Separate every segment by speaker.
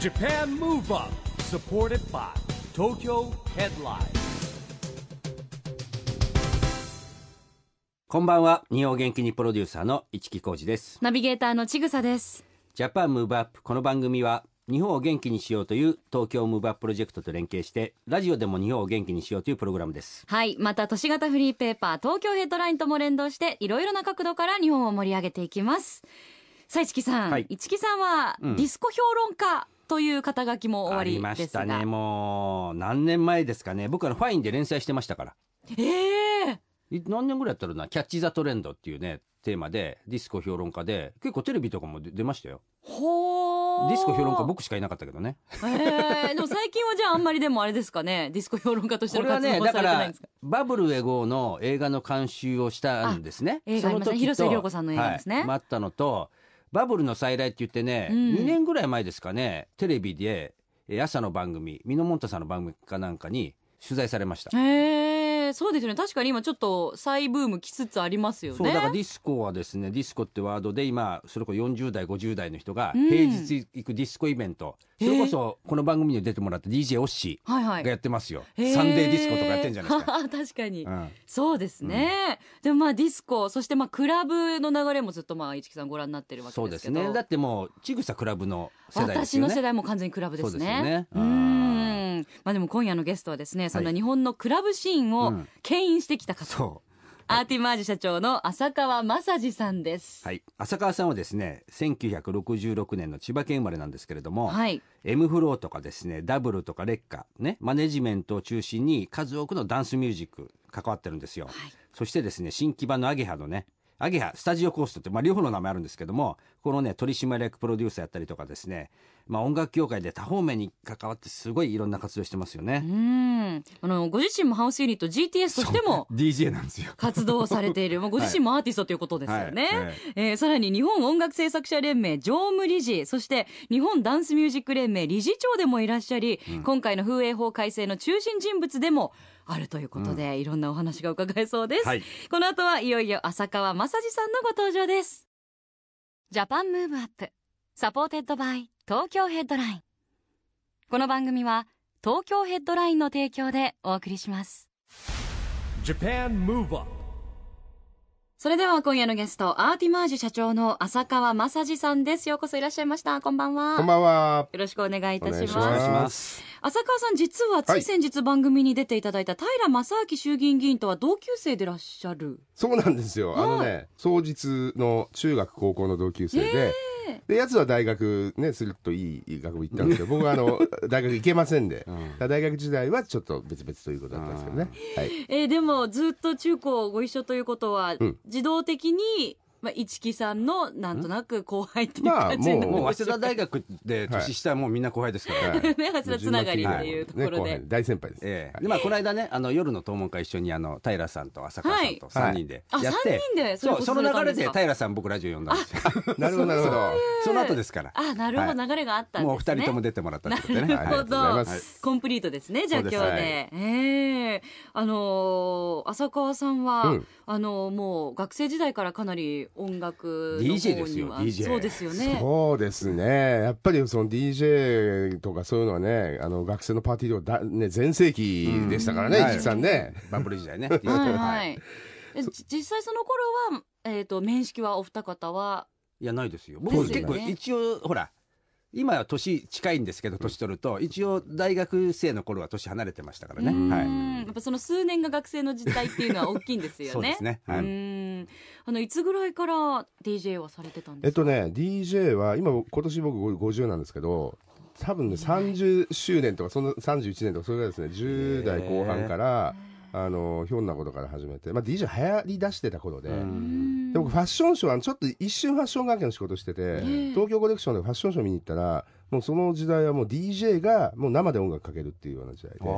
Speaker 1: Japan Move Up supported by Tokyo Headline
Speaker 2: こんばんは日本を元気にプロデューサーの市木浩司です
Speaker 3: ナビゲーターのちぐさです。
Speaker 2: ジャパンムーブアップこの番組は日本を元気にしようという東京ムーブアッププロジェクトと連携してラジオでも日本を元気にしようというプログラムです
Speaker 3: はい。また、都市型フリーペーパー、東京ヘッドラインとも連動して、いろいろな角度から日本を盛り上げていきます。さあ、市木さん。
Speaker 2: はい
Speaker 3: 市木さんは、
Speaker 2: うん
Speaker 3: ディスコ評論家という肩書きも終わ
Speaker 2: あり
Speaker 3: り
Speaker 2: ま
Speaker 3: で
Speaker 2: し
Speaker 3: すが。
Speaker 2: たねもう何年前ですかね僕はファインで連載してましたから
Speaker 3: ええ
Speaker 2: い何年ぐらいやったろうなキャッチ・ザ・トレンドっていうねテーマでディスコ評論家で結構テレビとかも出出ましたよ
Speaker 3: ほー。
Speaker 2: ディスコ評論家。僕しかいなかったけどね
Speaker 3: ええでも最近はじゃああんまりでもあれですかね。ディスコ評論家として
Speaker 2: こ
Speaker 3: の
Speaker 2: れは
Speaker 3: 活
Speaker 2: ね
Speaker 3: 動は
Speaker 2: だか
Speaker 3: されてないん
Speaker 2: ら
Speaker 3: ですか、
Speaker 2: バブルエゴの映画の監修をしたんですね
Speaker 3: あ映画ありまし
Speaker 2: その時と
Speaker 3: たね広末涼子さんの映画ですね
Speaker 2: はい待ったのとバブルの再来って言ってね、
Speaker 3: うん
Speaker 2: 2年ぐらい前ですかねテレビでえー朝の番組ミノモンタさんの番組かなんかに取材されました、
Speaker 3: ええそうですよね。確かに今ちょっと再ブーム来つつありますよね。
Speaker 2: そうだからディスコはですねディスコってワードで今それこそ40代50代の人が
Speaker 3: うん
Speaker 2: 平日行くディスコイベント、
Speaker 3: へー
Speaker 2: それこそこの番組に出てもらった DJ オッシ
Speaker 3: はいは
Speaker 2: ー
Speaker 3: い
Speaker 2: が。やってますよ、
Speaker 3: へ
Speaker 2: サンデーディスコとかやってんじゃないですか、
Speaker 3: はは 確かに。
Speaker 2: うん
Speaker 3: そうですね、でもまあディスコそしてまあクラブの流れもずっとまあ市木さんご覧になってるわけ
Speaker 2: そう
Speaker 3: で
Speaker 2: です
Speaker 3: け
Speaker 2: す
Speaker 3: ど
Speaker 2: ねだってもうちぐさクラブの世代です
Speaker 3: 私
Speaker 2: よ
Speaker 3: の
Speaker 2: ね
Speaker 3: 世代も完全にクラブですね
Speaker 2: そうですよね
Speaker 3: うーんまあでも今夜のゲストはですねそんな日本のクラブシーン
Speaker 2: う
Speaker 3: を
Speaker 2: ん
Speaker 3: 牽引してきた方、
Speaker 2: そう
Speaker 3: アーティマージ社長の浅川雅治さんです
Speaker 2: はい、浅川さんはですね1966年の千葉県生まれなんですけれども、
Speaker 3: はい
Speaker 2: M フローとかですねダブルとかレッカねマネジメントを中心に数多くのダンスミュージック関わってるんですよ、
Speaker 3: はい
Speaker 2: そしてですね新規版のアゲハのねアゲハスタジオコーストって、まあ、両方の名前あるんですけどもこのね取締役プロデューサーやったりとかですね、まあ、音楽業界で多方面に関わってすごいいろんな活動してますよ
Speaker 3: う
Speaker 2: ね、
Speaker 3: ーんあのご自身もハウスユニット GTS としても
Speaker 2: DJ なんですよ
Speaker 3: 活動をされて いる、まあ、ご自身もアーティストということですよね、
Speaker 2: はいはい
Speaker 3: えーさらに日本音楽制作者連盟常務理事そして日本ダンスミュージック連盟理事長でもいらっしゃり、今回の風営法改正の中心人物でもあるということで、いろんなお話が伺えそうです、
Speaker 2: はい
Speaker 3: この後はいよいよ浅川雅史さんのご登場ですジャパンムーブアップサポーテッドバイ東京ヘッドラインこの番組は東京ヘッドラインの提供でお送りします
Speaker 1: Japan Move Up
Speaker 3: それでは今夜のゲスト、アーティマージュ社長の浅川雅治さんです。ようこそいらっしゃいました。こんばんは。
Speaker 4: こんばんは。
Speaker 3: よろしくお願いいたします。
Speaker 4: お
Speaker 2: お願いし
Speaker 4: 願いし
Speaker 2: ま
Speaker 4: ます
Speaker 3: 浅川さん、実はつ
Speaker 4: はいい
Speaker 3: 先日番組に出ていただいた平正明衆議院議員とは同級生でいらっしゃる。
Speaker 4: そうなんですよ。あのね、双日の中学高校の同級生で、で、やつは大学ね、するといい学部行ったんですけ ど、僕はあの、大学行けませんで、だから大学時代はちょっと別々ということだったんですけどね。はい。
Speaker 3: えーでもずっと中高ご一緒ということは、
Speaker 4: ん
Speaker 3: 自動的に、まあ、市木さんのなんとなく後輩っていう
Speaker 4: まあ
Speaker 3: 感じに な
Speaker 2: も
Speaker 4: も
Speaker 2: う早稲田大学で年下はもうみんな後輩ですから、
Speaker 4: は い
Speaker 3: ね、早稲田つながりっていうところで。
Speaker 4: ね後輩大先輩です。
Speaker 2: ええでまあこの間ねあの夜の討論会一緒にあの平さんと浅川さんと
Speaker 4: は
Speaker 2: 3
Speaker 4: い
Speaker 2: 人で
Speaker 3: あ
Speaker 2: やって、
Speaker 3: 三人で
Speaker 2: そ
Speaker 3: それこ
Speaker 2: う
Speaker 3: そ
Speaker 2: その
Speaker 3: さ
Speaker 2: 流
Speaker 3: れた
Speaker 2: れ
Speaker 3: んです
Speaker 2: で
Speaker 3: か
Speaker 2: 平さん僕ラジオ呼んだんですよ
Speaker 4: なるほど、なるほど。
Speaker 2: その後ですから
Speaker 3: あ、なるほど、
Speaker 2: は
Speaker 3: 流れがあったんですね。
Speaker 2: もうお二人とも出てもらったってことでね
Speaker 3: なるほど、
Speaker 4: はいありがとうございます
Speaker 3: コンプリートですねじゃあ
Speaker 2: そ
Speaker 3: 今
Speaker 2: う
Speaker 3: 日
Speaker 2: で
Speaker 3: で、
Speaker 2: すはい
Speaker 3: ええあのー浅川さんは、
Speaker 4: うん
Speaker 3: あのーもう学生時代からかなり音楽の
Speaker 2: DJ
Speaker 3: 方には
Speaker 2: ですよ DJ
Speaker 3: そうですよね
Speaker 4: そうですね。やっぱりその DJ とかそういうのはね、あの学生のパーティーとかだ、ね、全盛期でしたからね、
Speaker 2: うん
Speaker 4: 一木さんね。
Speaker 2: バブル時代ね
Speaker 3: はいは
Speaker 2: はい
Speaker 3: いえじ実際その頃はえっ、と面識はお二方はい
Speaker 2: やないですよ
Speaker 3: そ
Speaker 2: 僕
Speaker 3: うです
Speaker 2: 結
Speaker 3: よ
Speaker 2: 構
Speaker 3: ね
Speaker 2: 一応ほら今は年近いんですけど年取ると一応大学生の頃は年離れてましたからね、
Speaker 3: うーん
Speaker 2: は
Speaker 3: やっぱその数年が学生の時代っていうのは大きいんです
Speaker 2: い、
Speaker 3: よね
Speaker 2: そうですね、は
Speaker 3: う
Speaker 2: い
Speaker 3: ーんあのいつぐらいから DJ はされてたん
Speaker 4: え
Speaker 3: で
Speaker 4: っ
Speaker 3: すか、
Speaker 4: とね、DJ は、今、今年僕50なんですけど、多分ね、30周年とか、そんな31年とか、それぐらいですね、10代後半から、あの、ひょんなことから始めて、まあ、DJ 流行り出してた頃で、で僕、ファッションショーは、ちょっと一瞬ファッション関係の仕事してて、東京コレクションでファッションショー見に行ったら、もうその時代はもう DJ が、もう生で音楽かけるっていうような時代で、
Speaker 2: ああ
Speaker 4: か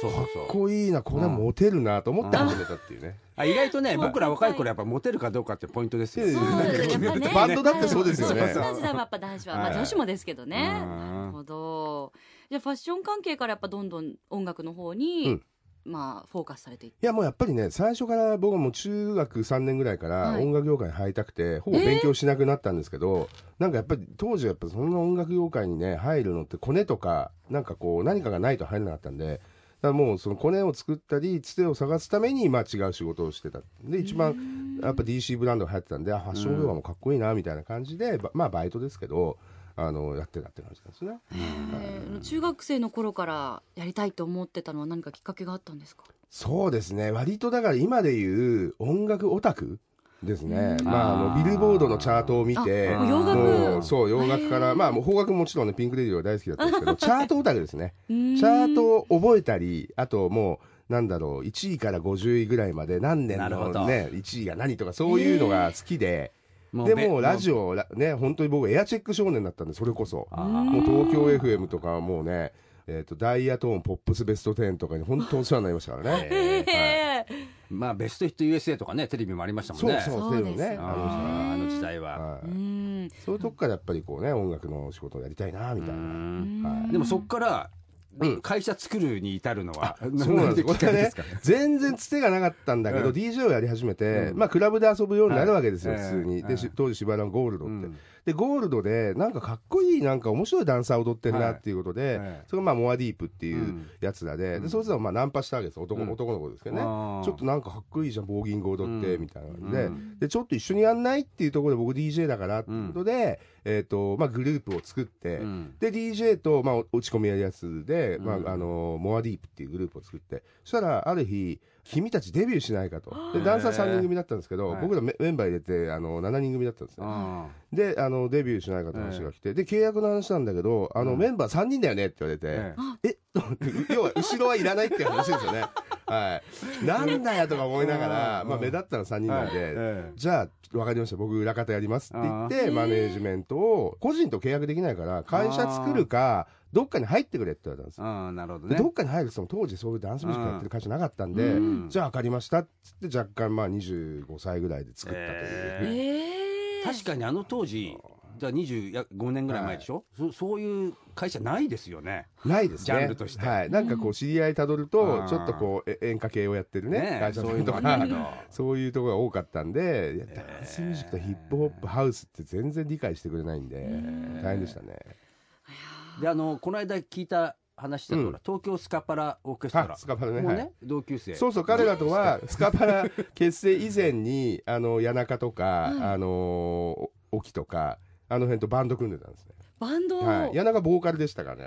Speaker 2: そうそうそう
Speaker 4: っこいいな、これはモテるなと思って始めたっていうね。
Speaker 2: あ意外とね僕ら若い頃やっぱモテるかどうかってポイントですよ
Speaker 4: そう
Speaker 3: そうです やっぱね
Speaker 4: バンドだってそうですよね
Speaker 3: そう私たちはやっぱ男子は、まあ女子もですけどね。
Speaker 2: うん
Speaker 3: なるほど。じゃあファッション関係からやっぱどんどん音楽の方
Speaker 4: う
Speaker 3: に
Speaker 4: ん
Speaker 5: まあ、フォーカスされていっ
Speaker 4: いやもうやっぱりね最初から僕はもう中学3年ぐらいから
Speaker 5: はい
Speaker 4: 音楽業界に入りたくて、ほぼ勉強しなくなったんですけど、なんかやっぱり当時はやっぱそんな音楽業界にね入るのってコネとかなんかこう何かがないと入れなかったんでだからもうそのコネを作ったりつてを探すためにまあ違う仕事をしてたで一番やっぱ DC ブランドが流行ってたんであファッション業界もかっこいいなみたいな感じで、ばまあバイトですけどあのやってたって感じなんですね。
Speaker 5: て中学生の頃からやりたいと思ってたのは何かきっかけがあったんですか
Speaker 4: そうですね割とだから今で言う音楽オタクですね、
Speaker 2: ん
Speaker 4: まあ、
Speaker 2: あ
Speaker 4: あ
Speaker 2: ー
Speaker 4: のビルボードのチャートを見て
Speaker 5: あ洋楽
Speaker 4: もうそう洋楽か
Speaker 5: へー
Speaker 4: ら、まあ、もう邦楽もちろん、ね、ピンク・レディオが大好きだったんですけどチャートオタクですねチャートを覚えたりあともうなんだろう1位から50位ぐらいまで何年
Speaker 2: なるほ
Speaker 4: の、
Speaker 2: ど
Speaker 4: ね、1位が何とかそういうのが好きで、
Speaker 2: も
Speaker 4: で
Speaker 2: べ
Speaker 4: もうラジオラね本当に僕エアチェック少年だったんでそれこそ。
Speaker 2: あー
Speaker 4: もう東京 FM とかはもうね、えー、とダイヤトーンポップスベスト10とかに本当お世話になりましたからね。はい
Speaker 5: ええ
Speaker 2: まあベストヒット USA とかねテレビもありましたもん
Speaker 4: そう
Speaker 2: ね
Speaker 4: そう
Speaker 5: そ
Speaker 4: そうう
Speaker 5: ですよね
Speaker 4: ね。あの人
Speaker 2: あーあの時代は、
Speaker 4: は
Speaker 5: う
Speaker 4: い
Speaker 5: ん
Speaker 4: そういうとこからやっぱりこうね音楽の仕事をやりたいなみたいな。はい
Speaker 2: でもそっから、会社作るに至るのは、
Speaker 4: そうなんです。こ
Speaker 2: きっか
Speaker 4: れ
Speaker 2: けで
Speaker 4: ね
Speaker 2: すか、
Speaker 4: 全然つてがなかったんだけど、
Speaker 2: うん
Speaker 4: DJ をやり始めて、
Speaker 2: うん
Speaker 4: まあクラブで遊ぶようになるわけですよ、
Speaker 2: はい
Speaker 4: 普通に。
Speaker 2: うん
Speaker 4: で、し当時芝居のゴールドっ
Speaker 2: う
Speaker 4: て
Speaker 2: ん。
Speaker 4: で、ゴールドで、なんかかっこいい、なんか面白いダンサー踊ってる
Speaker 2: は
Speaker 4: ないっていうこと
Speaker 2: は
Speaker 4: で
Speaker 2: い、
Speaker 4: それがまあモアディープってい
Speaker 2: うん
Speaker 4: うやつらで、で、そいつらもまあナンパしたわけです、男
Speaker 2: うん
Speaker 4: 男の子ですけどね
Speaker 2: あー。
Speaker 4: ちょっとなんかかっこいいじゃん、ボーギング踊って、
Speaker 2: うん
Speaker 4: みたいな感
Speaker 2: う
Speaker 4: じ
Speaker 2: ん
Speaker 4: で、で、ちょっと一緒にやんないっていうところで僕 DJ だからっていうことで、えっと、まあグループを作って
Speaker 2: う、ん
Speaker 4: で DJ と、まあ、お落ち込みやるやつで、まあ
Speaker 2: うん
Speaker 4: あのモアディープっていうグループを作ってそしたらある日君たちデビューしないかとでダンサー3人組だったんですけど、
Speaker 2: はい
Speaker 4: 僕らメメンバー入れてあの7人組だったんですね
Speaker 2: あ
Speaker 4: であのデビューしないかと話が来て、で契約の話なんだけどあの、メンバー3人だよねって言われて、
Speaker 2: え
Speaker 4: え要は後ろはいらないっていう話ですよねはいなんだよとか思いながら、
Speaker 2: うん
Speaker 4: まあ、目立ったら3人なんで、
Speaker 2: はいええ
Speaker 4: じゃあ分かりました僕裏方やりますって言ってマネージメントを個人と契約できないから会社作るかどっかに入ってくれって言われたんです
Speaker 2: あ
Speaker 4: よ
Speaker 2: ああなるほど
Speaker 4: で
Speaker 2: ね
Speaker 4: どっかに入るって言っても当時そういうダンスミュージックやってる会社なかったんで、
Speaker 2: うん
Speaker 4: じゃあ分かりましたっつって若干まあ25歳ぐらいで作ったという、
Speaker 2: ええ
Speaker 5: ええ
Speaker 2: 確かにあの当時じゃあ25年ぐらい前でしょ、そそういう会社ないですよね
Speaker 4: ないですね
Speaker 2: ジャンルとして
Speaker 4: はい、なんかこう知り合いたどる
Speaker 2: う
Speaker 4: と
Speaker 2: ん
Speaker 4: ちょっとこうえ演歌系をやってるね
Speaker 2: ねえ
Speaker 4: 会社
Speaker 2: そ
Speaker 4: さ
Speaker 2: ういうん
Speaker 4: と
Speaker 2: の
Speaker 4: か
Speaker 2: があるけど
Speaker 4: そういうところが多かったんで、いやダンスミュージックとヒップホップ、ハウスって全然理解してくれないんで、大変でしたね。
Speaker 2: であのこの間聞いた話だと、
Speaker 4: うん
Speaker 2: ほら東京スカパラオーケストラ
Speaker 4: あスカパラね
Speaker 2: もうね、
Speaker 4: はい
Speaker 2: 同級生
Speaker 4: そうそう、彼ら とは、スカパラ結成以前に、あの、谷中とか、あの、沖とか、あの辺とバンド組んでたんですね。
Speaker 5: バンドを
Speaker 4: はい。谷中ボーカルでしたからね。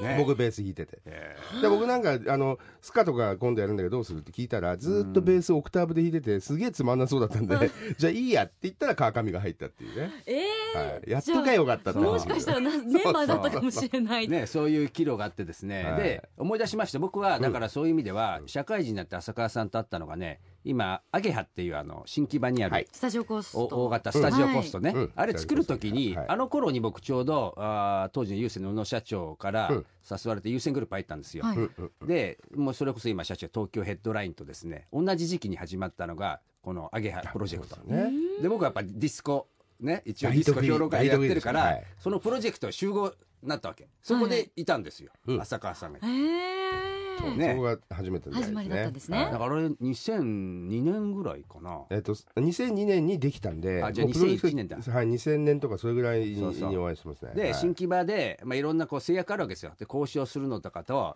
Speaker 2: ね
Speaker 4: 僕ベース弾いてて。
Speaker 2: ええ
Speaker 4: で僕なんかあのスカとか今度やるんだけどどうするって聞いたらずーっとベースオクターブで弾いててすげえつまんなそうだったんで じゃあいいやって言ったら川上が入ったっていうね、
Speaker 5: え
Speaker 4: は
Speaker 5: え
Speaker 4: い、やっとかよかったって
Speaker 2: じゃあ
Speaker 5: もしかしたらなメンバーだったかもしれない
Speaker 2: ね、そういう岐路があってですね、
Speaker 4: はい
Speaker 2: で思い出しました僕はだからそういう意味では、社会人になって浅川さんと会ったのがね今アゲハっていうあの新木場にある、
Speaker 4: はい
Speaker 5: スタジオコース
Speaker 2: お
Speaker 5: と
Speaker 2: 大型スタジオポストね、
Speaker 4: はいうん
Speaker 2: あれ作る時に、
Speaker 4: はい
Speaker 2: あの頃に僕ちょうどあー当時の優先の宇野社長から
Speaker 4: うん
Speaker 2: 誘われて優先グループ入ったんですよ、
Speaker 5: はい
Speaker 2: でもうそれこそ今社長東京ヘッドラインとですね同じ時期に始まったのがこのアゲハプロジェクト
Speaker 4: ね。
Speaker 2: で僕はやっぱりディスコね一応デ
Speaker 4: ラ
Speaker 2: ィ
Speaker 4: イ
Speaker 2: ス
Speaker 4: ト
Speaker 2: コ
Speaker 4: グリーン
Speaker 2: 評論会やってるから、
Speaker 4: ライトグリーンです
Speaker 2: そのプロジェクト集合になったわけそこでいたんですよ、
Speaker 4: うん
Speaker 2: 浅川さんが、
Speaker 5: ええ
Speaker 4: そう
Speaker 2: ね
Speaker 4: そこが初めての出会い
Speaker 5: 始まりだったんですね
Speaker 4: はい
Speaker 2: だからあれ2002年ぐらいかな
Speaker 4: えっと、2002年にできたんで、
Speaker 2: あじゃあ
Speaker 4: もうプロジェクト
Speaker 2: 2001年だ
Speaker 4: はい、2000年とかそれぐらいに
Speaker 2: そうそう
Speaker 4: にお会いしてますね。
Speaker 2: で、
Speaker 4: はい
Speaker 2: 新木場で、まあ、いろんなこう制約あるわけですよで交渉するのとかと、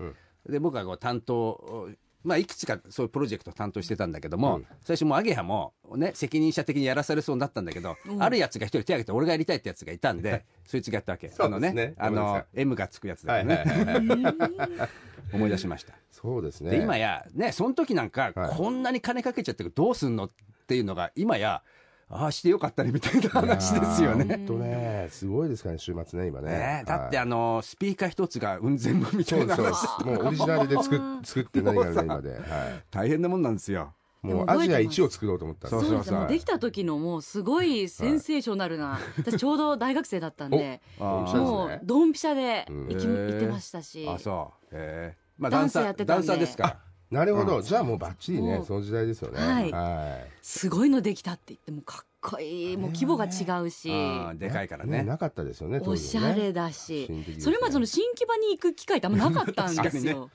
Speaker 2: で僕がこう担当まあ、いくつかそういうプロジェクトを担当してたんだけども、
Speaker 4: うん
Speaker 2: 最初もうアゲハも、ね、責任者的にやらされそうになったんだけど、あるやつが一人手挙げて俺がやりたいってやつがいたんでそいつがやったわけ、あ
Speaker 4: そう
Speaker 2: の
Speaker 4: ですね
Speaker 2: ねあ
Speaker 4: ごめんな
Speaker 2: の
Speaker 4: さ
Speaker 2: M がつくやつだ
Speaker 4: は
Speaker 2: よ
Speaker 4: い
Speaker 2: ね、
Speaker 4: はいはいはい
Speaker 2: 思い出しました
Speaker 4: そうですね。
Speaker 2: で今やねその時なんか、
Speaker 4: はい
Speaker 2: こんなに金かけちゃってどうすんのっていうのが今やああしてよかったねみたいな話ですよ
Speaker 4: いやー
Speaker 2: ね。
Speaker 4: ほんとね、すごいですからね、週末ね、今ね。
Speaker 2: ねえだって
Speaker 4: は
Speaker 2: あ
Speaker 4: い
Speaker 2: のスピーカー一つがうん千分みた
Speaker 4: そ
Speaker 2: いう
Speaker 4: で
Speaker 2: な
Speaker 4: すそう
Speaker 2: 話
Speaker 4: です。もうオリジナル で作っ作って何がね、今で。は
Speaker 2: 大変なもんなんですよ。
Speaker 4: い。
Speaker 5: でも
Speaker 4: もう
Speaker 5: 覚
Speaker 4: ア
Speaker 5: えてます
Speaker 4: ジア一を作ろうと思ったん
Speaker 2: そう
Speaker 5: そうですよもうで
Speaker 4: で
Speaker 5: きた時のもうすごいセンセーショナルな、私ちょうど大学生だったんで
Speaker 2: あ
Speaker 4: そうですね
Speaker 5: もうドンピシャで行き、
Speaker 2: へー
Speaker 5: 行ってましたし
Speaker 2: あそうへえまあ
Speaker 5: ダ
Speaker 2: ダ
Speaker 5: ン
Speaker 2: ン
Speaker 5: ス
Speaker 2: サ
Speaker 5: やって
Speaker 2: ー
Speaker 5: た
Speaker 2: ダ
Speaker 5: ん
Speaker 2: ン
Speaker 5: で
Speaker 2: サーですか
Speaker 4: なるほど。じゃあもうバッチリ
Speaker 5: も
Speaker 4: ね
Speaker 5: う、
Speaker 4: その時代ですよね。
Speaker 5: はい
Speaker 4: は
Speaker 5: すごいのできたって言ってもかっこいいもう規模が違うし、
Speaker 2: うんでかいから
Speaker 4: い。ね、
Speaker 2: ね
Speaker 4: なかったですよね、当時ね
Speaker 5: おしゃれだし、
Speaker 4: 新的です
Speaker 5: そ
Speaker 4: ね
Speaker 5: れまでその新木場に行く機会ってあんまなかったんですよ。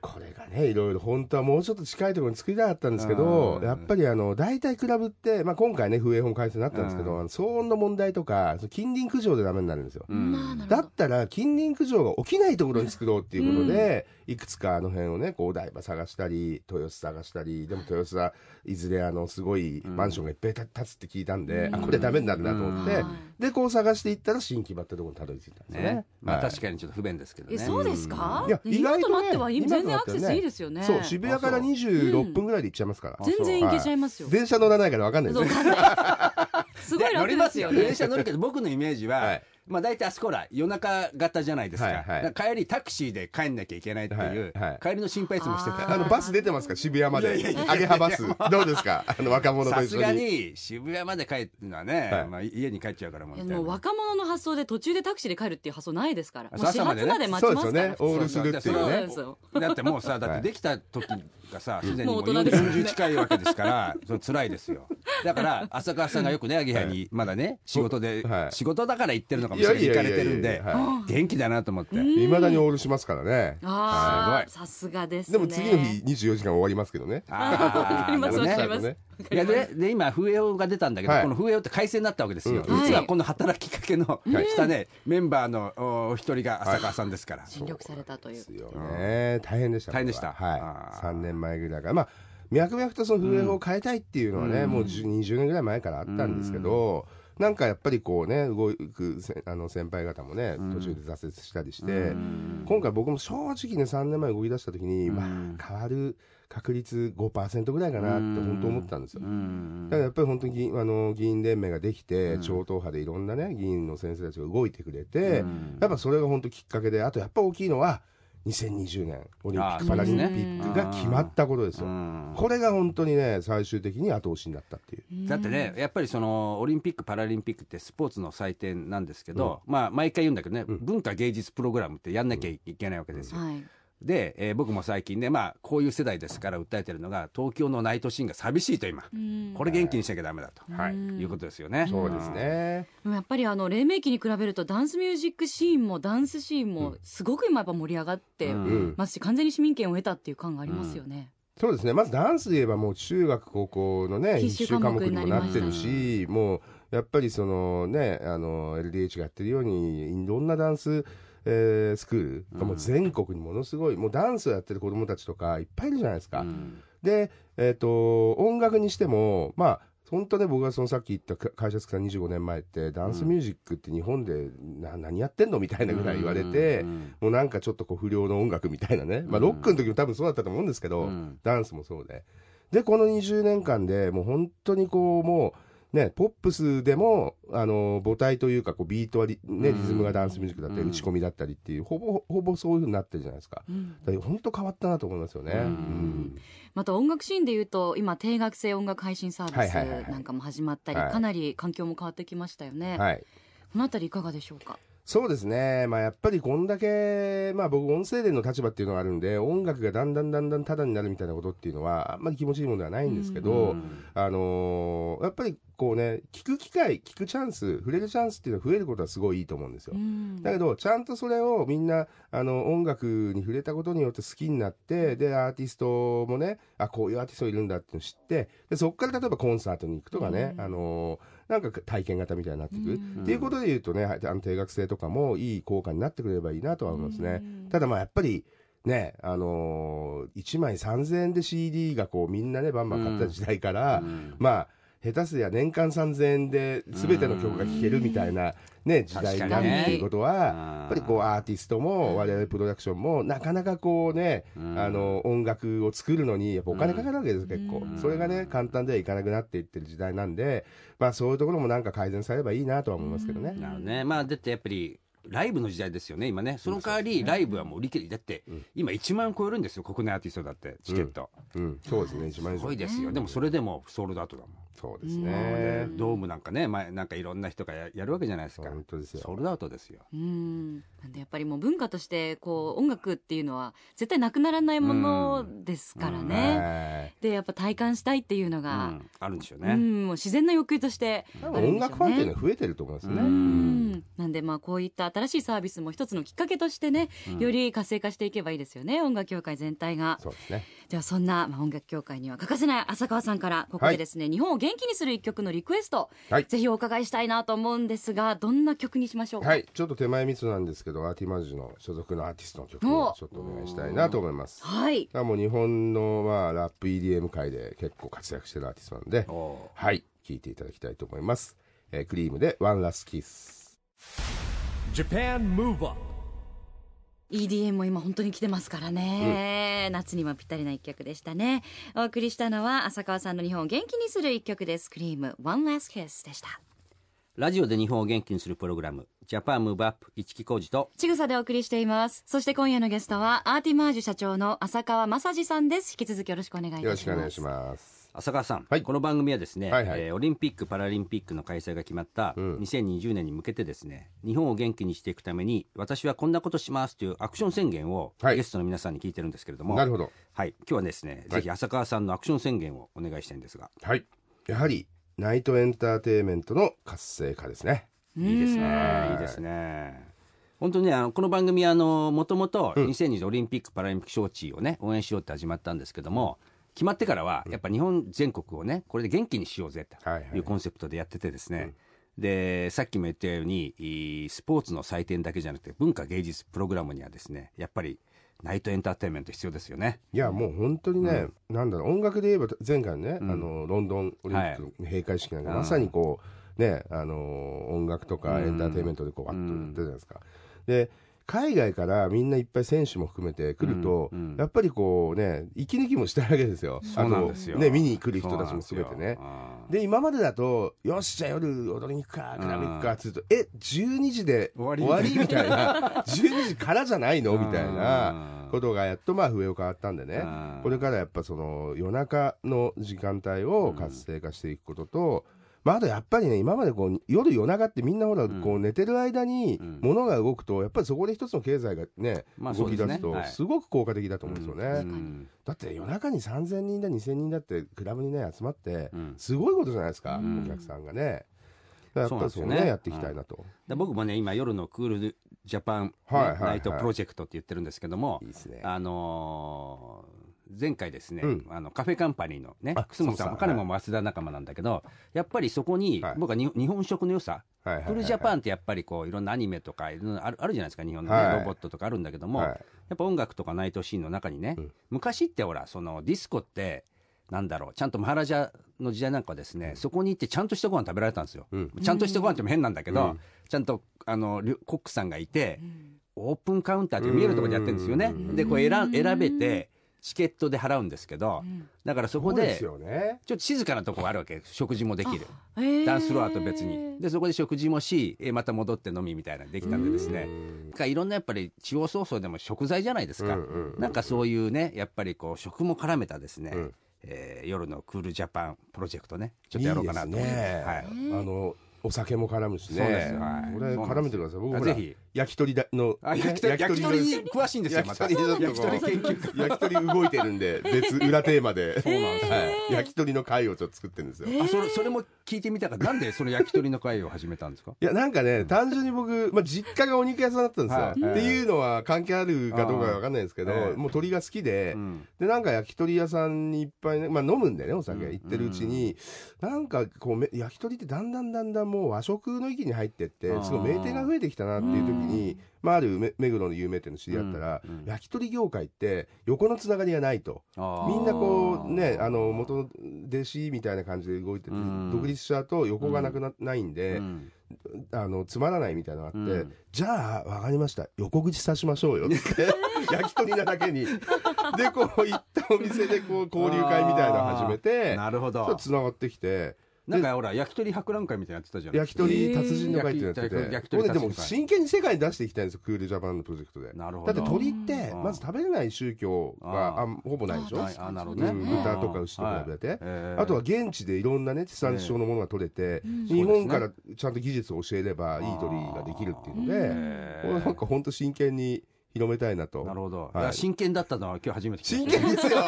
Speaker 4: これがね、いろいろ本当はもうちょっと近いところに作りたかったんですけど
Speaker 2: う、ん
Speaker 4: やっぱりあの、大体クラブって、まあ今回ね、不衛法改正になったんですけど、
Speaker 2: うん
Speaker 4: あの騒音の問題とか、その近隣苦情でダメになるんですよ。
Speaker 2: うん
Speaker 5: まあなる
Speaker 4: だ
Speaker 5: ほど
Speaker 4: ったら、近隣苦情が起きないところに作ろうっていうことで、いくつかあの辺をね、こう、お台場探したり、豊洲探したり、でも豊洲はいずれあの、すごいマンションがいっぱい建つって聞いたんで、
Speaker 5: うん
Speaker 4: あ、これダメになるなと思って、
Speaker 5: うん
Speaker 4: で、こう探していったら、新木場ってところにたどり着いたんですよね。
Speaker 2: ね。まあ
Speaker 4: はい
Speaker 2: 確かにちょっと不便ですけど
Speaker 3: え
Speaker 2: ね。
Speaker 3: そうですか
Speaker 4: いや
Speaker 3: 今
Speaker 4: 意
Speaker 3: と
Speaker 4: 外とね
Speaker 3: なっては
Speaker 4: 今
Speaker 3: 全
Speaker 4: となって
Speaker 3: 然
Speaker 4: は
Speaker 3: ア
Speaker 4: ね
Speaker 3: クセスいいですよね
Speaker 4: そう、渋谷から26分ぐらいで行っちゃいますから。
Speaker 2: あ
Speaker 3: 全然行けちゃいますよ、
Speaker 4: 電車乗らないから分かんない
Speaker 3: そ
Speaker 4: で
Speaker 3: う
Speaker 4: すね。
Speaker 3: わかんないすごい
Speaker 2: 乗
Speaker 3: 楽
Speaker 2: り
Speaker 3: で
Speaker 2: ますす
Speaker 3: よ
Speaker 2: よ。
Speaker 3: ね
Speaker 2: 電車乗るけど、僕のイメージは、
Speaker 4: はい
Speaker 2: まあ大体あそこら夜中型じゃないですか。
Speaker 4: はいはい
Speaker 2: だから帰りタクシーで帰んなきゃいけないっていう、
Speaker 4: はいはい
Speaker 2: 帰りの心配いつもして
Speaker 3: あ
Speaker 2: た。
Speaker 3: ー
Speaker 4: あのバス出てますか渋谷まで。アゲハバス。どうですかあの若者と
Speaker 2: さ
Speaker 4: 一
Speaker 2: す
Speaker 4: 緒
Speaker 2: が
Speaker 4: に。
Speaker 2: に渋谷まで帰るのはね、
Speaker 4: はい
Speaker 2: まあ家に帰っちゃうからもう
Speaker 3: いや
Speaker 2: みた
Speaker 3: も
Speaker 2: いうな。
Speaker 3: 若者の発想で途中でタクシーで帰るっていう発想ないですからもう
Speaker 2: そう
Speaker 3: 始
Speaker 2: 朝まで
Speaker 3: 発
Speaker 2: ね
Speaker 3: まで待
Speaker 4: そう
Speaker 3: ち
Speaker 4: で
Speaker 3: ますすか
Speaker 4: よ
Speaker 3: ら
Speaker 4: ね。オールするってい
Speaker 3: そううな
Speaker 4: ね
Speaker 3: んで。すよ
Speaker 2: だってもうさ、だっ
Speaker 4: は
Speaker 2: てで
Speaker 4: い
Speaker 2: きた時がさ、すでにも
Speaker 3: も
Speaker 2: う
Speaker 3: う大人ですよね
Speaker 2: 40近いわけですから、それ辛いですよ。だから、浅川さんがよくね、アゲハに、まだね、仕事で
Speaker 4: は、い
Speaker 2: 仕事だから行ってるのかもしれない。行かれてるんで、
Speaker 4: は
Speaker 2: 元気だなと思って。
Speaker 4: いまだにオールしますからね。
Speaker 3: あ
Speaker 2: す
Speaker 3: あ
Speaker 2: ごい
Speaker 3: さすがですね
Speaker 4: でも次の日24時間終わりますけどね。
Speaker 2: あー
Speaker 3: わかります
Speaker 2: なるほどね
Speaker 3: わかります
Speaker 4: ね
Speaker 2: いやでで今、風営が出たんだけど、
Speaker 4: はい
Speaker 2: この風営って改正になったわけですよ、
Speaker 4: うん
Speaker 2: 実はこの働きかけの
Speaker 4: はい
Speaker 2: したね、メンバーのおお一人が浅川さんですから、
Speaker 3: 尽力されたという
Speaker 4: ですよね。大変でした。
Speaker 2: 大変でした
Speaker 4: これは
Speaker 2: あ
Speaker 4: はい。
Speaker 2: ー
Speaker 4: 3年前ぐらいから。まあ、脈々とその風営法を変えたいっていうのはね、もう10 20年ぐらい前からあったんですけど、なんかやっぱりこうね、動くせあの先輩方もね、途中で挫折したりして、今回僕も正直ね、3年前動き出した時に、まあ、変わる確率5%ぐらいかなって本当思ったんですよ。だからやっぱり本当に議あの議員連盟ができて、超党派でいろんなね、議員の先生たちが動いてくれて、やっぱそれが本当きっかけで、あとやっぱ大きいのは、2020年、オリンピッ
Speaker 2: あー
Speaker 4: ク・パラリンピ
Speaker 2: そうですね
Speaker 4: ックが決まったことですよ。
Speaker 2: うん
Speaker 4: これが本当にね、最終的に後押しになったっていう。
Speaker 2: だってね、やっぱりそのオリンピック・パラリンピックってスポーツの祭典なんですけど、まあ、毎回言うんだけどね、文化芸術プログラムってやんなきゃいけないわけですよ。
Speaker 3: はい
Speaker 2: で、えー僕も最近ね、まあ、こういう世代ですから訴えてるのが、東京のナイトシーンが寂しいと今、これ元気にしなきゃだめだと、
Speaker 4: はい
Speaker 2: い、うことですよね。
Speaker 4: そうですね。
Speaker 3: でもやっぱりあの黎明期に比べるとダンスミュージックシーンもダンスシーンもすごく今やっぱ盛り上がって
Speaker 2: うん
Speaker 4: うん。
Speaker 3: ますし完全に市民権を得たっていう感がありますよね。
Speaker 4: そうですね、まずダンスで言えば、もう中学、高校のね、
Speaker 3: 必
Speaker 4: 必
Speaker 3: 修
Speaker 4: 修
Speaker 3: 科
Speaker 4: 科
Speaker 3: 目
Speaker 4: 目
Speaker 3: に
Speaker 4: に
Speaker 3: な
Speaker 4: も
Speaker 3: り
Speaker 4: な
Speaker 3: ま
Speaker 4: っ
Speaker 3: した
Speaker 4: て
Speaker 3: ね
Speaker 4: るし、もうやっぱりそのね、あの LDH がやってるように、いろんなダンス、えースクールがもう全国にものすごい、もうダンスをやってる子供たちとかいっぱいいるじゃないですか。で、えっ、と、音楽にしても、まあ、本当ね、僕がそのさっき言ったか会社作った25年前って、ダンスミュージックって日本でな何やってんのみたいなぐらい言われて、もうなんかちょっとこう不良の音楽みたいなね、まあ、ロックの時も多分そうだったと思うんですけど、
Speaker 2: うん
Speaker 4: ダンスもそうで。で、この20年間でもう本当にこう、もう、ね、ポップスでも、あの、母体というか、こう、ビートはリ、ね、リズムがダンスミュージックだったり、打ち込みだったりっていう、ほぼ、ほぼそういうふうになってるじゃないですか。だから本当変わったなと思いますよね。うん
Speaker 3: また音楽シーンでいうと今定額制音楽配信サー
Speaker 4: は
Speaker 3: ビ
Speaker 4: いはいはいは
Speaker 3: ス
Speaker 4: い
Speaker 3: なんかも始まったり
Speaker 4: はい
Speaker 3: かなり環境も変わってきましたよね。
Speaker 4: はい。
Speaker 3: このあたりいかがでしょうか。
Speaker 4: そうですね。まあやっぱりこんだけ、まあ僕音声での立場っていうのがあるんで、音楽がだんだんだんだんタダになるみたいなことっていうのは、あんまり気持ちいいものではないんですけど、あのーやっぱりこうね、聞く機会、聞くチャンス、触れるチャンスっていうのは増えることはすごいいいと思うんですよ。だけど、ちゃんとそれをみんな、あの、音楽に触れたことによって好きになって、で、アーティストもね、あ、こういうアーティストいるんだっていうのを知って、で、そこから例えばコンサートに行くとかね、あのーなんか体験型みたいになっていく。っていうことで言うとね、あの、定額制とかもいい効果になってくれればいいなとは思いますね。ただまあ、やっぱり、ね、あのー、1枚3000円で CD がこうみんなね、バンバン買った時代から、まあ、下手すりゃ年間3000円で全ての曲が聴けるみたいな、ね、時代になるっていうことは、やっぱりこうアーティストも我々プロダクションもなかなかこうね、あの音楽を作るのにやっぱお金かかるわけです、結構。それがね、簡単ではいかなくなっていってる時代なんで、まあそういうところもなんか改善されればいいなとは思いますけどね。
Speaker 2: なるほどね。まあ、だってやっぱり、ライブの時代ですよね、今ね。その代わり、ライブはもう売り切り。だって、今1万超えるんですよ、国内アーティストだって、チケット。
Speaker 4: うん、そうですね、一番以
Speaker 2: すごい
Speaker 4: 上。
Speaker 2: ですよ。でもそれでもソールドアウトだもん。
Speaker 4: そうですね。
Speaker 2: ドームなんかね、前なんかいろんな人がややるわけじゃないですか。
Speaker 4: 本当ですよ
Speaker 2: ソールドアウトですよ。
Speaker 3: うんなんでやっぱりもう文化としてこう音楽っていうのは絶対なくならないものですからね。
Speaker 4: はい
Speaker 3: でやっぱ体感したいっていうの
Speaker 2: う
Speaker 3: が、
Speaker 2: ん、あるんでしょう
Speaker 3: う
Speaker 2: ね。
Speaker 3: ん、もう自然な欲求としてあ
Speaker 4: 多
Speaker 3: るんでしょうね
Speaker 4: 分音楽ファンっていうのは増えてると思いますね。
Speaker 3: うんなんでまあこういった新しいサービスも一つのきっかけとしてね、より活性化していけばいいですよね音楽協会全体が
Speaker 4: そうですね。
Speaker 3: ではそんな、まあ、音楽協会には欠かせない浅川さんからここでですね、日本を元気にする一曲のリクエスト、
Speaker 4: はい
Speaker 3: ぜひお伺いしたいなと思うんですがどんな曲にしましょうか、
Speaker 4: はい、ちょっと手前密なんですけど、アーティマージュの所属のアーティストの曲をちょっとお願いしたいなと思います。
Speaker 3: はい
Speaker 4: あもう日本の、まあ、ラップ EDM 界で結構活躍してるアーティストなんで、
Speaker 2: お
Speaker 4: はい、聴いていただきたいと思います。えークリームでワンラスキス。
Speaker 1: Japan Move Up
Speaker 3: EDM も今本当に来てますからね、夏にはぴったりな一曲でしたねお送りしたのは浅川さんの日本を元気にする一曲ですクリーム One Last Kiss でした
Speaker 2: ラジオで日本を元気にするプログラム、ジャパンムーブアップ、一木工事と、
Speaker 3: ちぐさでお送りしていますそして今夜のゲストはアーティマージュ社長の浅川雅史さんです引き続きよろしくお願いいたします
Speaker 4: よろしくお願いします。
Speaker 2: 浅川さん、
Speaker 4: はい
Speaker 2: この番組はですね、
Speaker 4: はいはい
Speaker 2: えーオリンピック・パラリンピックの開催が決まった2020年に向けてですね、日本を元気にしていくために、私はこんなことしますというアクション宣言を、
Speaker 4: はい
Speaker 2: ゲストの皆さんに聞いてるんですけれども、
Speaker 4: なるほど。
Speaker 2: はい、今日はですね、
Speaker 4: は
Speaker 2: ぜ
Speaker 4: い
Speaker 2: ひ浅川さんのアクション宣言をお願いしたいんですが、
Speaker 4: はい。やはり、ナイトエンターテインメントの活性化ですね。
Speaker 2: いいですね、いいですね。本当にね、あのこの番組あのもともと2020オリンピック・パラリンピック招致をね応援しようって始まったんですけども、決まってからはやっぱ日本全国をねこれで元気にしようぜ
Speaker 4: はいは
Speaker 2: とい
Speaker 4: いう
Speaker 2: コンセプトでやっててですね。でさっきも言ったようにいいスポーツの祭典だけじゃなくて文化芸術プログラムにはですねやっぱりナイトエンターテインメント必要ですよね。
Speaker 4: いや、もう本当にね、なんだろう、音楽で言えば、前回のね、あの、ロンドンオリンピックの閉会式なんか、まさにこう、ね、あの、音楽とかエンターテインメントでこう、わっとやってたじゃないですか。で、海外からみんないっぱい選手も含めて来ると、やっぱりこうね、息抜きもしたいわけですよ。
Speaker 2: そうなんですよ。
Speaker 4: あとね、見に来る人たちも含め
Speaker 2: そうなん
Speaker 4: てね。
Speaker 2: ですよ
Speaker 4: で、今までだと、よし、じゃあ夜踊りに行くか、クラブ行くか、つうと、え、12時で
Speaker 2: 終
Speaker 4: 終
Speaker 2: わ
Speaker 4: わ
Speaker 2: り
Speaker 4: りみたいな、12時 からじゃないのみたいな
Speaker 2: うん
Speaker 4: ことがやっとまあ、上を変わったんでね
Speaker 2: うん、
Speaker 4: これからやっぱその、夜中の時間帯を活性化していくことと、まあ、あとやっぱりね、今までこう夜夜中ってみんなほら、こう寝てる間に物が動くと、やっぱりそこで一つの経済がね、
Speaker 2: まあ
Speaker 4: 動き
Speaker 2: そう
Speaker 4: 出
Speaker 2: ですすね
Speaker 4: と
Speaker 2: は、い
Speaker 4: すごく効果的だと思うんですよね。
Speaker 2: うんうん
Speaker 4: だって夜中に3000人だ2000人だってクラブにね集まって
Speaker 2: うん
Speaker 4: すごいことじゃないですか、
Speaker 2: ん
Speaker 4: お客さんがね
Speaker 2: そうなん
Speaker 4: だからやっぱりそれ
Speaker 2: ですよ
Speaker 4: ね
Speaker 2: ね
Speaker 4: やっていきたいなと、
Speaker 2: で僕もね今夜のクールジャパン、ね
Speaker 4: はいはいはい
Speaker 2: ナイトプロジェクトって言ってるんですけども
Speaker 4: いいですね
Speaker 2: あのー前回ですね、
Speaker 4: うん
Speaker 2: あのカフェカンパニーのね
Speaker 4: あ
Speaker 2: 楠本さん
Speaker 4: そ
Speaker 2: も
Speaker 4: うそう
Speaker 2: 彼も早稲田仲間なんだけど、やっぱりそこに、
Speaker 4: はい
Speaker 2: 僕はに日本食の良さ、
Speaker 4: はいはいはいはい
Speaker 2: クールジャパンってやっぱりこういろんなアニメとかいろんなあるあるじゃないですか日本の、ね
Speaker 4: はい
Speaker 2: ロボットとかあるんだけども、
Speaker 4: はい
Speaker 2: やっぱ音楽とかナイトシーンの中にね、昔ってほらそのディスコってなんだろうちゃんとマハラジャの時代なんかはですね、そこに行ってちゃんとしたご飯食べられたんですよ、
Speaker 4: うん
Speaker 2: ちゃんとしたご飯っても変なんだけど、ちゃんとあのりゅコックさんがいて、オープンカウンターって見えるところでやってるんですよね、でこう選選べてチケットで払うんですけど、だからそこ
Speaker 4: そう
Speaker 2: で
Speaker 4: ですよね
Speaker 2: ちょっと静かなとこがあるわ け食事もできる。
Speaker 3: へー
Speaker 2: ダンスフロアと別に。で、そこで食事もし、えーまた戻って飲みみたいなのできたんでですね。だからいろんなやっぱり地方創生でも食材じゃないですか。なんかそういうね、やっぱりこう食も絡めたですね、えー夜のクールジャパンプロジェクトね、ちょっとやろうかなと思
Speaker 4: い
Speaker 2: っ
Speaker 4: い
Speaker 2: て
Speaker 4: ですね、
Speaker 2: はい。
Speaker 4: あのお酒も絡むしね
Speaker 2: そうですよはい
Speaker 4: これ絡めてください僕
Speaker 2: あ
Speaker 4: ほ
Speaker 2: ぜ
Speaker 4: ら
Speaker 2: ひ
Speaker 4: 焼き鳥だの
Speaker 2: あ焼き鳥焼き鳥に詳しいんですよ、
Speaker 4: 焼
Speaker 2: ま
Speaker 4: き
Speaker 2: た。
Speaker 4: 鳥の
Speaker 2: 焼き鳥研究
Speaker 4: 究焼き鳥動いてるんで別裏テーマで
Speaker 2: そうなんですよ
Speaker 4: はい、焼き鳥の会をちょっと作ってるんですよ
Speaker 2: あそれそれも聞いてみたかったなんでその焼き鳥の会を始めたんですか
Speaker 4: いや、なんかね、単純に僕、まあ、実家がお肉屋さんだったんですよ。
Speaker 2: はい
Speaker 4: っていうのは関係あるかどうかわかんないですけど、
Speaker 2: うん
Speaker 4: もう鳥が好きで、
Speaker 2: ん
Speaker 4: で、なんか焼き鳥屋さんにいっぱいね、まあ飲むんでね、お酒行ってるうちに、なんかこうめ、焼き鳥ってだんだんだんだんもう和食の域に入ってって
Speaker 2: あ、ー
Speaker 4: すごい名店が増えてきたなっていう時に、まあ、あるめ目黒の有名店の知り合ったら、焼き鳥業界って横のつながりがないと。
Speaker 2: あー
Speaker 4: みんなこうね、あの、元の弟子みたいな感じで動いてて、
Speaker 2: ん
Speaker 4: 独立しちゃうと横がなくな、ないんで、
Speaker 2: うん
Speaker 4: あのつまらないみたいなのがあって、
Speaker 2: うん
Speaker 4: じゃあ分かりました横口刺しましょうよ って焼き鳥なだけにでこう行ったお店でこう交流会みたいなのを始めて
Speaker 2: なるほど
Speaker 4: ちょっとつながってきて
Speaker 2: なんかほら、焼き鳥博覧会みたいなのやってたじゃないです
Speaker 4: 焼き
Speaker 2: か。
Speaker 4: 鳥達人の会っていうのやって
Speaker 2: えー焼
Speaker 4: て
Speaker 2: き
Speaker 4: こ
Speaker 2: 鳥焼き鳥達人
Speaker 4: れ
Speaker 2: 会
Speaker 4: でも真剣に世界に出していきたいんですよクールジャパンのプロジェクトで
Speaker 2: なるほど
Speaker 4: だって鳥って
Speaker 2: うん
Speaker 4: まず食べれない宗教があ
Speaker 2: うん
Speaker 4: んほぼないでしょ
Speaker 2: はいあなるほど
Speaker 4: う
Speaker 2: ね
Speaker 4: ん豚とか牛とか比べて、
Speaker 2: えー
Speaker 4: あとは現地でいろんなね地産地消のものが取れて、
Speaker 2: そ
Speaker 4: 日
Speaker 2: うです
Speaker 4: 本
Speaker 2: ね
Speaker 4: からちゃんと技術を教えればいい鳥ができるっていうので、これなんか本当真剣に広めたいなと。
Speaker 2: なるほど。い
Speaker 4: は
Speaker 2: や
Speaker 4: い、
Speaker 2: 真剣だったのは今日初めて聞き
Speaker 4: 真
Speaker 2: ました
Speaker 4: 剣ですよ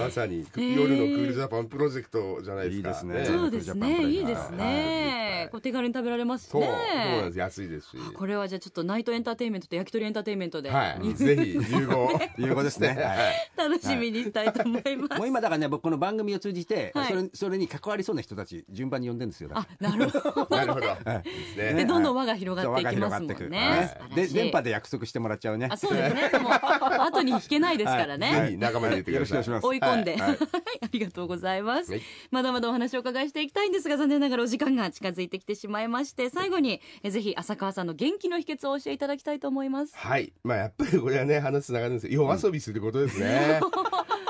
Speaker 4: まさに、夜のクールジャパンプロジェクトじゃないですか。
Speaker 2: いいですね
Speaker 3: そ
Speaker 2: そうう
Speaker 3: で
Speaker 2: ですす
Speaker 3: ね
Speaker 2: ね
Speaker 3: いいです
Speaker 4: はい
Speaker 3: ね
Speaker 4: はい
Speaker 3: こう手軽に食べられますし
Speaker 4: そう、そうなん
Speaker 3: ね
Speaker 4: です。安いですし。
Speaker 3: これはじゃあちょっとナイトエンターテインメントと焼き鳥エンターテインメントで
Speaker 4: はい。ぜひ、 融合。
Speaker 2: いうことですね。 はい
Speaker 3: 楽しみにしたいと思います、
Speaker 2: もう今だからね、僕この番組を通じて、
Speaker 3: はい
Speaker 2: それそれに関わりそうな人たち、順番に呼んでるんですよ。だから
Speaker 3: あなるほど
Speaker 4: なるほど。ですね。
Speaker 3: でどんどん輪が広がっていきますもんね
Speaker 2: そう輪が広がってくは
Speaker 3: 素
Speaker 2: い
Speaker 3: 晴ら
Speaker 2: で
Speaker 3: しい
Speaker 2: 電波で約束してもらっちゃうね
Speaker 3: あ。そうですねもう後に引けないですからね、
Speaker 4: ぜひ仲間に入れてください。
Speaker 2: よろしくお願いします
Speaker 3: 追い込んで、
Speaker 4: はい
Speaker 3: は
Speaker 4: はい
Speaker 3: ありがとうございます、
Speaker 4: はい
Speaker 3: まだまだお話をお伺いしていきたいんですが残念ながらお時間が近づいてきてしまいまして最後にえぜひ浅川さんの元気の秘訣を教えていただきたいと思います
Speaker 4: はい。まあ、やっぱりこれはね、話つながるんですけど、夜遊びすることですね。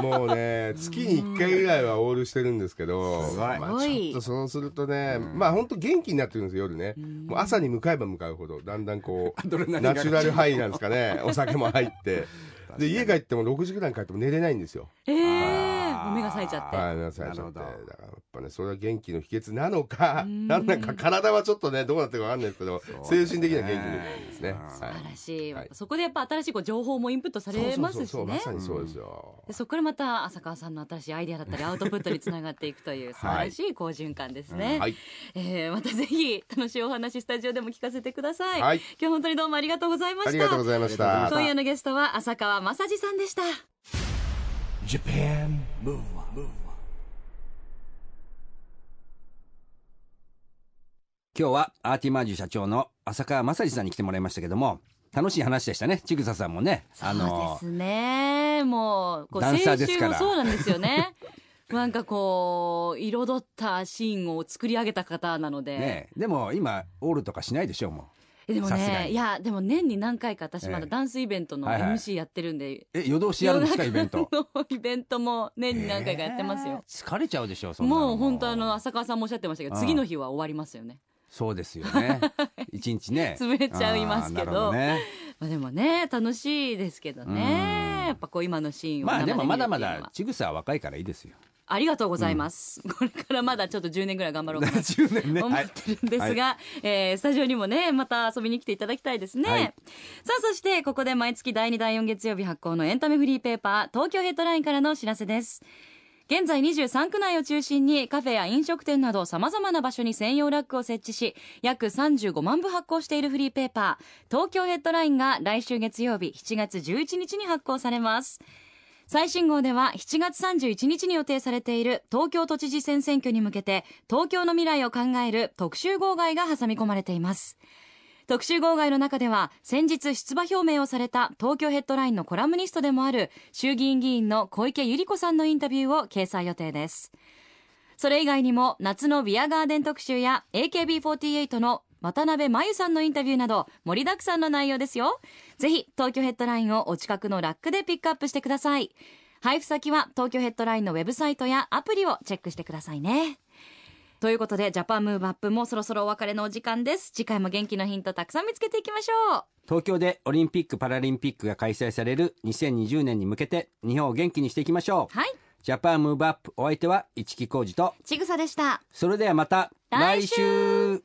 Speaker 4: もうね、月に1回ぐらいはオールしてるんですけど、
Speaker 2: すごい
Speaker 4: まあ、ちょっとそうするとね、まあ、本当元気になってくるんですよ、夜ね。もう朝に向かえば向かうほど、だんだんこう、
Speaker 2: ドレナリンが
Speaker 4: ナチュラルハイなんですか ね、お酒も入って。で、家帰っても6時ぐらいに帰っても寝れないんですよ。
Speaker 3: え
Speaker 2: あ
Speaker 3: え
Speaker 2: ー
Speaker 3: もう目が冴えちゃって
Speaker 4: はい、なさいちゃ
Speaker 2: なるほ
Speaker 4: って。
Speaker 2: ど
Speaker 4: だからやっぱね、それは元気の秘訣なのか、なんだか体はちょっとね、どうなってるかわかんないですけど、
Speaker 2: そう
Speaker 4: 精
Speaker 2: ですね
Speaker 4: 神的な元気の秘訣ですね。
Speaker 2: あ
Speaker 3: 素晴らしい、
Speaker 4: はい
Speaker 3: そこでやっぱ新しいこう情報もインプットさ
Speaker 4: そうそう
Speaker 3: れ
Speaker 4: そう
Speaker 3: ますし
Speaker 4: そうま
Speaker 3: ね
Speaker 4: さにそうですよ。
Speaker 3: でそこからまた浅川さんの新しいアイデアだったりアウトプットにつながっていくという素晴らしい好循環ですね、
Speaker 4: はい。
Speaker 3: えーまたぜひ楽しいお話スタジオでも聞かせてください、
Speaker 4: はい
Speaker 3: 今日本当にどうもありがとうございました
Speaker 4: ありがとうございました
Speaker 3: 今夜のゲストは浅川雅治さんでした
Speaker 1: Japan Move Up, Move Up.
Speaker 2: 今日はアーティマージュ社長の浅川雅治さんに来てもらいましたけども、楽しい話でしたね。ちぐささんもね、あ
Speaker 3: そうで
Speaker 2: の
Speaker 3: す、ねもうこう
Speaker 2: ダンサーですから
Speaker 3: 先週もそうなんですよねなんかこう彩ったシーンを作り上げた方なので、
Speaker 2: ね、でも今、オールとかしないでしょ、も
Speaker 3: えでも
Speaker 2: さすが
Speaker 3: ね
Speaker 2: に
Speaker 3: いやでも年に何回か私ま
Speaker 2: え
Speaker 3: だ
Speaker 2: え
Speaker 3: ダンスイベントの
Speaker 2: はいはい
Speaker 3: MC やってるんで、
Speaker 2: う。え、夜通しやるんですか、
Speaker 3: 夜
Speaker 2: イ
Speaker 3: 中
Speaker 2: ベント。
Speaker 3: のイベントも年に何回かやってますよ、
Speaker 2: えー疲れちゃうでしょ、そんなの
Speaker 3: もう本当あの浅川さんもおっしゃってましたけど
Speaker 2: うん
Speaker 3: 次の日は終わりますよね
Speaker 2: そうですよ ね。一日ね。
Speaker 3: 潰れちゃいますけど
Speaker 2: あーなるほね。
Speaker 3: まあでもね楽しいですけどね
Speaker 2: うん
Speaker 3: やっぱこう今のシーンを
Speaker 2: まあ
Speaker 3: 生
Speaker 2: でも
Speaker 3: 見
Speaker 2: ま
Speaker 3: るっ
Speaker 2: だ
Speaker 3: てい
Speaker 2: ま
Speaker 3: うのは
Speaker 2: だ、ちぐさは若いからいいですよ。
Speaker 3: ありがとうございます、これからまだちょっと10年ぐらい頑張ろうか なと
Speaker 2: 10年ね。
Speaker 3: 思
Speaker 2: は
Speaker 3: っ
Speaker 2: い
Speaker 3: てるんですが、えースタジオにもねまた遊びに来ていただきたいですね、
Speaker 2: はい
Speaker 3: さあそしてここで毎月第2第4月曜日発行のエンタメフリーペーパー東京ヘッドラインからのお知らせです現在23区内を中心にカフェや飲食店など様々な場所に専用ラックを設置し約35万部発行しているフリーペーパー東京ヘッドラインが来週月曜日7月11日に発行されます最新号では7月31日に予定されている東京都知事選選挙に向けて東京の未来を考える特集号外が挟み込まれています特集号外の中では先日出馬表明をされた東京ヘッドラインのコラムニストでもある衆議院議員の小池百合子さんのインタビューを掲載予定ですそれ以外にも夏のビアガーデン特集や AKB48 の渡辺真由さんのインタビューなど盛りだくさんの内容ですよぜひ東京ヘッドラインをお近くのラックでピックアップしてください配布先は東京ヘッドラインのウェブサイトやアプリをチェックしてくださいねということでジャパンムーブアップもそろそろお別れのお時間です次回も元気のヒントたくさん見つけていきましょう
Speaker 2: 東京でオリンピック・パラリンピックが開催される2020年に向けて日本を元気にしていきましょう。
Speaker 3: はい
Speaker 2: ジャパンムーブアップお相手は市木浩二と、
Speaker 3: ちぐさでした
Speaker 2: それではまた
Speaker 3: 来週
Speaker 2: 来週